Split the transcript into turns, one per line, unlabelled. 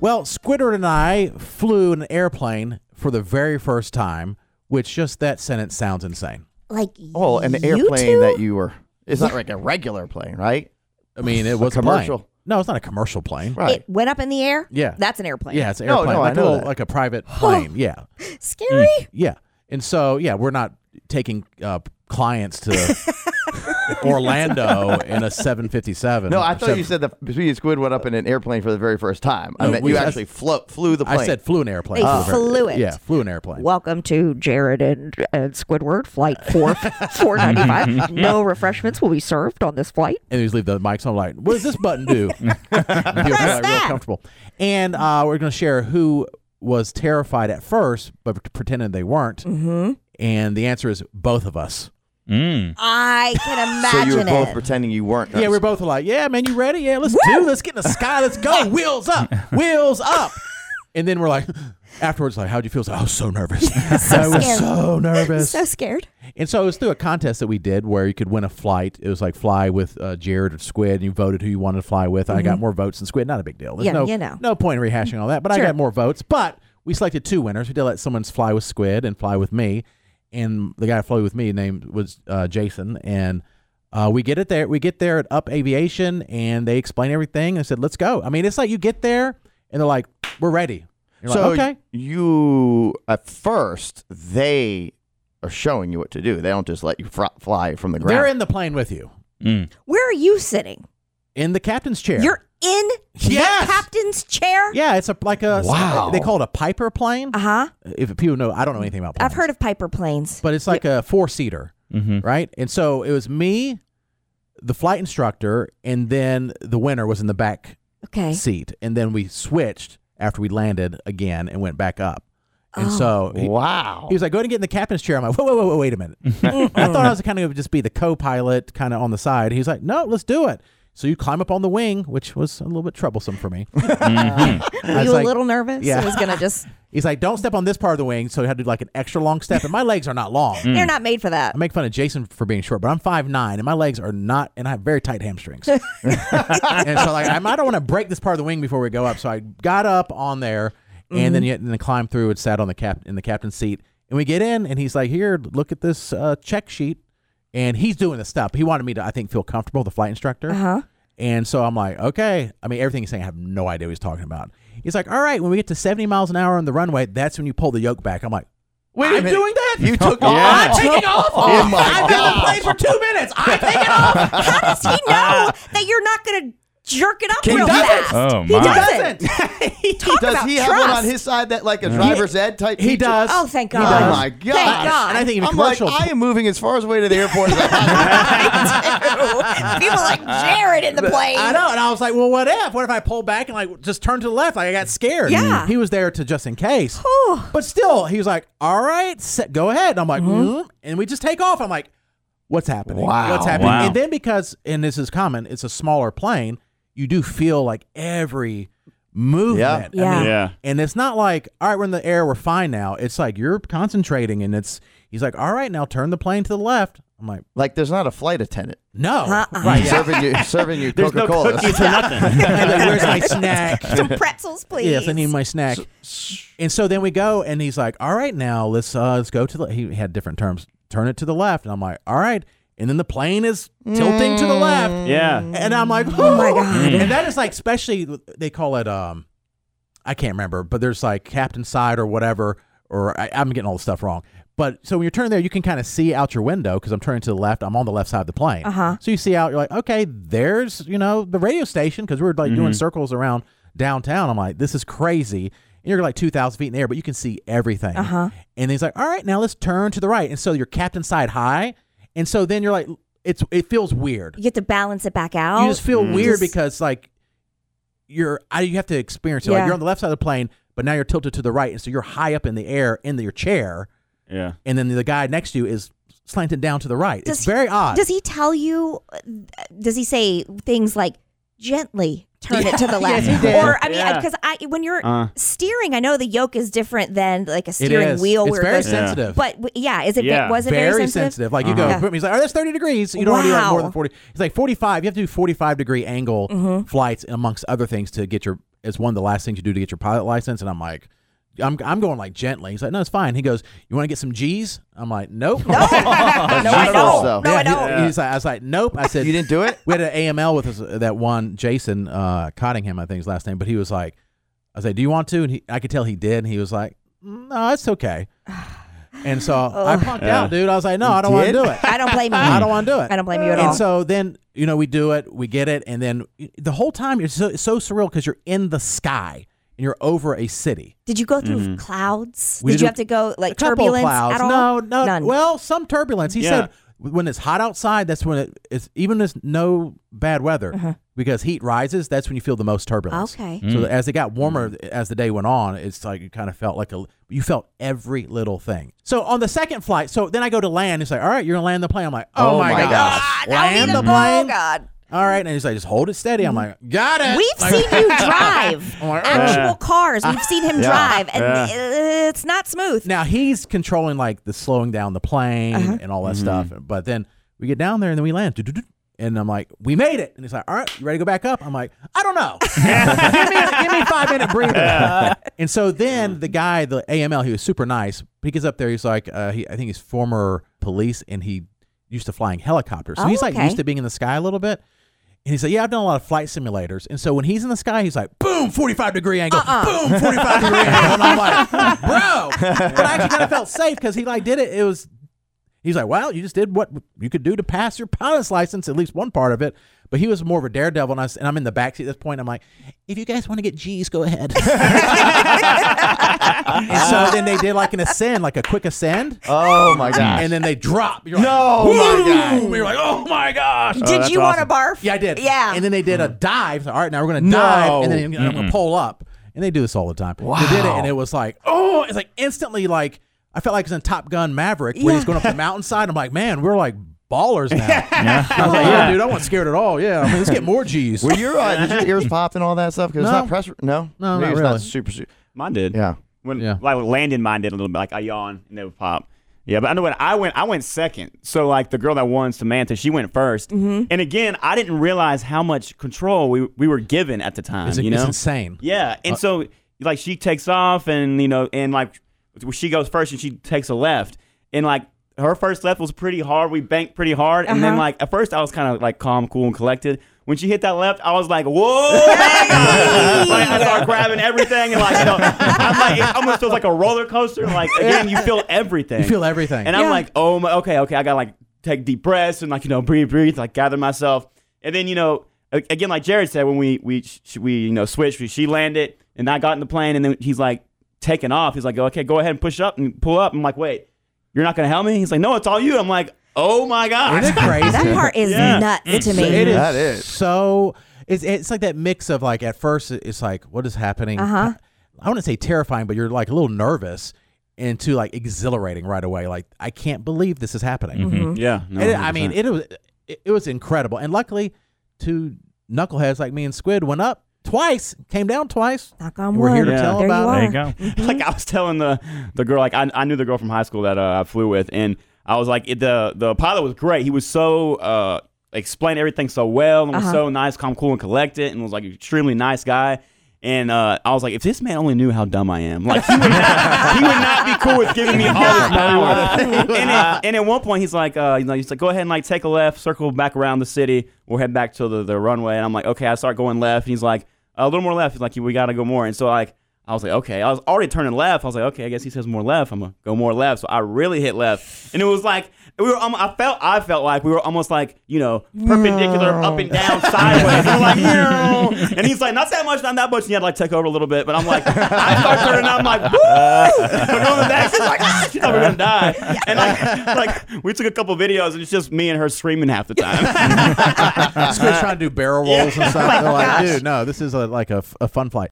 Well, Squidward and I flew in an airplane for the very first time, which just that sentence sounds insane.
Like
Oh, Well, an
you
airplane
two?
that you were. It's not like a regular plane, right?
I mean, it was a
commercial.
plane. No, it's not a commercial plane.
Right.
it went up in the air.
Yeah.
that's an airplane.
Yeah, it's an
No,
airplane,
no, I
like, a
know
little,
that.
like a private plane. Yeah,
scary.
yeah. And so, yeah, we're not taking uh, clients to Orlando in a 757.
No, I
Seven-
thought you said the Speedy Squid went up in an airplane for the very first time. I
No,
meant
we-
you
I-
actually flo- flew the plane.
I said flew an airplane.
They
for the very-
flew it.
Yeah, flew an airplane.
Welcome to Jared and, and Squidward, flight four four ninety five. No refreshments will be served on this flight.
and they just leave the mics on. Like, what does this button do? People are like real
that.
comfortable. And uh, we're going to share who was terrified at first, but pretended they weren't. Mm-hmm. And the answer is both of us.
I can
so
imagine
you were both
it.
pretending you weren't.
Yeah, we're both like, yeah, man, you ready? Yeah, let's do. Let's get in the sky. Let's go. Wheels up. Wheels up. And then we're like, afterwards, like, how'd you feel? It's like, I was so nervous. I was
scared.
so nervous.
so scared.
And so it was through a contest that we did where you could win a flight. It was like fly with uh, Jared or Squid, and you voted who you wanted to fly with. I got more votes than Squid. Not a big deal. There's
Mm-hmm. Yeah,
no,
you know.
no point in rehashing all that. But
Sure.
I got more votes. But we selected two winners. We did let someone fly with Squid and fly with me, and the guy who flew with me named was uh, Jason. And uh, we get it there. We get there at Up Aviation, and they explain everything. I said, "Let's go." I mean, it's like you get there, and they're like, "We're ready." You're
So
like, okay.
you at first they are showing you what to do. They don't just let you fr- fly from the ground.
They're in the plane with you
Where are you sitting?
in the captain's chair.
You're in
Yes!
the captain's chair.
Yeah, it's a like a
Wow.
They call it a Piper plane.
Uh huh.
If people know, I don't know anything about. Planes,
I've heard of Piper planes.
but it's like a four seater, right? And so it was me, the flight instructor, and then the winner was in the back
Okay.
seat, and then we switched after we landed again and went back up. And so
Oh.
he,
wow.
he was like, "Go ahead and get in the captain's chair." I'm like, "Whoa, whoa, whoa, whoa wait a minute!" I thought I was kind of just be the co-pilot, kind of on the side. He's like, "No, let's do it." So you climb up on the wing, which was a little bit troublesome for me.
Were
was
you a
like-
little nervous?
Yeah.
It was gonna just.
He's like, don't step on this part of the wing. So he had to do like an extra long step. And my legs are not long.
They're not made for that.
I make fun of Jason for being short, but I'm 5'9 and my legs are not, and I have very tight hamstrings. and so like, I'm, I don't want to break this part of the wing before we go up. So I got up on there and then, you, and then climbed through and sat on the cap in the captain's seat. And we get in and he's like, here, look at this uh, check sheet. And he's doing the stuff. He wanted me to, I think, feel comfortable, the flight instructor. Uh-huh. And so I'm like, okay. I mean, everything he's saying, I have no idea what he's talking about. He's like, all right, when we get to 70 miles an hour on the runway, that's when you pull the yoke back. I'm like,
Wait a
I'm
minute.
doing that?
You took
Oh,
off.
I'm taking off.
Oh, my
I've been on the
God.
plane for two minutes. I'm taking off.
How does he know that you're not gonna jerk it up
He
real
doesn't.
fast?
Oh,
he
my.
doesn't. Talk
Does
about
he
trust.
have one on his side that like a driver's ed type?
He
feature?
does.
Oh, thank God.
Oh my god!
Thank God.
And I think even
I'm like,
commercials.
I am moving as far as away to the airport as I possibly
People like Jared in the plane.
I know, and I was like, "Well, what if? What if I pull back and like just turn to the left? Like I got scared."
Yeah.
he was there to just in case.
Whew.
but still, he was like, "All right, set, go ahead." And I'm like,
Mm-hmm.
"Mm," and we just take off. I'm like, "What's happening?
Wow.
what's happening?"
Wow.
And then because, and this is common, it's a smaller plane. You do feel like every movement.
Yeah.
I mean,
Yeah.
And it's not like, all right, we're in the air, we're fine now. It's like you're concentrating, and it's he's like, all right, now turn the plane to the left. I'm like,
Like there's not a flight attendant
no,
Uh-uh.
right? Yeah.
serving you serving you Coca-Cola.
I'm like, Where's my snack?
Some pretzels, please.
Yes, I need my snack. And so then we go, and he's like, "All right, now let's uh, let's go to the." He had different terms. Turn it to the left, and I'm like, "All right." And then the plane is tilting to the left,
Yeah.
and I'm like, "Oh my god!" And that is like, especially they call it um, I can't remember, but there's like captain side or whatever, or I, I'm getting all the stuff wrong. But so when you're turning there, you can kind of see out your window because I'm turning to the left. I'm on the left side of the plane,
Uh-huh.
so you see out. You're like, okay, there's you know the radio station because we were like doing circles around downtown. I'm like, this is crazy. And you're like 2,000 feet in the air, but you can see everything. Uh-huh. And he's like, all right, now let's turn to the right. And so you're captain side high, and so then you're like, it's it feels weird
You get to balance it back out.
you just feel weird
Just-
because like you're I, you have to experience it.
Yeah.
Like you're on the left side of the plane, but now you're tilted to the right, and so you're high up in the air in your chair,
Yeah.
and then the guy next to you is slanted down to the right.
Does
it's
he-
very odd.
Does he tell you? uh, Does he say things like gently turn it to the left? Or I mean,
Yeah.
because I when you're
Uh.
steering, I know the yoke is different than like a
it
steering
is.
wheel
It's
where it
very
goes.
Yeah.
sensitive.
But w- yeah, is it ve-
Yeah.
was it very, sensitive?
Like you go,
Uh-huh.
boom, he's like, "Oh, that's thirty degrees." You don't want to do like more
Wow. Mm-hmm.
than forty. It's like forty-five. You have to do forty-five degree angle flights amongst other things to get your it's one of the last things you do to get your pilot license. And I'm like, I'm, I'm going like gently. He's like, no, it's fine. He goes, you want to get some G's? I'm like, nope. No,
no, I
Jesus, though.
don't. No, I
Yeah,
don't.
he- he's like, I was like, nope. I said,
You didn't do it?
We had an AML with us, uh, that one Jason uh, Cottingham, I think his last name, but he was like, I said, do you want to? And he, I could tell he did, and he was like, no, it's okay. And so I
Oh.
punked out, dude. I was like, no, I don't want to
did?
do it.
I don't blame you.
I don't want to do it.
I don't blame you at
and
all.
so then you know we do it, we get it, and then the whole time it's so, it's so surreal because you're in the sky and you're over a city.
Did you go through clouds?
Mm-hmm. We
did
did-
you have to go like
a couple
turbulence
clouds.
at all?
No, no.
None.
Well, some turbulence. He
Yeah.
said when it's hot outside, that's when it, it's even if it's no bad weather because heat rises. That's when you feel the most turbulence.
Uh-huh. Okay.
So as it got warmer as the day went on, it's like you kind of felt like a you felt every little thing. So on the second flight, so then I go to land. It's like, all right, you're gonna land the plane. I'm like, oh, my,
gosh.
gosh, land the
Oh
plane.
God!
All right, and he's like, just hold it steady. I'm like, got it.
Mm-hmm. We've
Like,
seen you drive
I'm like, "Oh,
actual cars. We've seen him
Yeah.
drive, and uh, it's not smooth.
Now he's controlling like the slowing down the plane and all that stuff. But then we get down there and then we land. Do-do-do. And I'm like, we made it. And he's like, all right, you ready to go back up? I'm like, I don't know. give, me a, give me a five minute breather. and so then the guy, the AML, he was super nice. He gets up there. He's like, uh, he, I think he's former police and he used to flying helicopters. So
Oh,
he's like
okay.
used to being in the sky a little bit. And he said, Yeah, I've done a lot of flight simulators. And so when he's in the sky, he's like, Boom, 45 degree angle.
Uh-uh.
Boom, 45 degree angle. And I'm like, Bro. But I actually kind of felt safe because he like did it. It was, he's like, Well, you just did what you could do to pass your pilot's license, at least one part of it. But he was more of a daredevil. And, I, was- and I'm in the backseat at this point. I'm like, If you guys want to get G's, go ahead. and so then they did like an ascend, like a quick ascend.
Ah. Oh my gosh.
And then they drop. You're like,
No, my God.
Boom. You're like, Oh my gosh.
did
Uh, that's
you want to
awesome.
barf?
Yeah, I did.
Yeah.
And then they did a dive. All right, now we're gonna dive, and then I'm gonna pull up. And they do this all the time. Wow. They did it, and it was like, oh, it's like instantly like I felt like it's in Top Gun Maverick where he's going up the mountainside. I'm like, man, we're like ballers now. I was like, yeah, dude, I wasn't scared at all. Yeah, I mean, let's get more G's.
Were your, uh, did your ears pop and all that stuff? Because it's
No.
not pressure. No,
No,
Maybe
not
it's
really.
Not super, super.
Mine did.
Yeah.
When
Yeah.
like landed mine did a little bit. Like I yawn and it would pop. Yeah, but I know what I went. I went second. So like the girl that won, Samantha, she went 1st
Mm-hmm.
And again, I didn't realize how much control we we were given at the time.
It's,
you know,
it's insane.
Yeah, and so like she takes off, and you know, and like she goes first, and she takes a left, and like her first left was pretty hard. We banked pretty hard, and then like at first I was kind of like calm, cool, and collected. When she hit that left, I was like, "Whoa!" like, I started grabbing everything, and like, you know, I'm like, it almost feels like a roller coaster. Like again, you feel everything.
You feel everything.
And I'm like, oh my, okay, okay, I gotta like take deep breaths and like you know breathe, breathe, like gather myself, and then you know a- again, like Jared said, when we we sh- we you know switched, she landed, and I got in the plane, and then he's like taking off. He's like, okay, go ahead and push up and pull up. I'm like, wait, you're not gonna help me? He's like, no, it's all you. I'm like, oh my god,
Isn't it crazy?
That part is
Yeah.
nuts to me.
Mm-hmm. It is,
That is.
so. It's, it's like that mix of like at first it's like what is happening. Uh-huh. I wouldn't say terrifying, but you're like a little nervous, into like exhilarating right away. Like I can't believe this is happening.
Mm-hmm.
Mm-hmm.
yeah.
And it- I mean, it was it, it was incredible, and luckily, two knuckleheads like me and Squid went up twice, came down twice.
Knock on
And we're here to
Yeah.
tell
There you
about
are.
it.
There you go.
like I was telling the the girl, like I, I knew the girl from high school that uh, I flew with, and I was like, it, the the pilot was great. He was so uh, explained everything so well, and was so nice, calm, cool, and collected, and was like an extremely nice guy. And uh, I was like, if this man only knew how dumb I am, like he would not, he would not be cool with giving me all this power. and, at, and at one point, he's like, uh, you know, he's like, go ahead and like take a left, circle back around the city, we'll head back to the, the runway. And I'm like, okay, I start going left. And he's like, a little more left. He's like, we gotta go more. And so like, I was like, okay. I was already turning left. I was like, okay. I guess he says more left. I'm gonna go more left. So I really hit left, and it was like we were. Um, I felt. I felt like we were almost like you know perpendicular, up and down, sideways. And we're like, "Meow." and he's like, not that much, not that much. And you had to like take over a little bit, but I'm like, I start turning. I'm like, woo! We're going to the next. She's like, ah, she thought we were gonna die. And like, like we took a couple videos, and it's just me and her screaming half the time.
Squid's trying to do barrel rolls and stuff. They're like, dude, no, this is a, like a, f- a fun flight.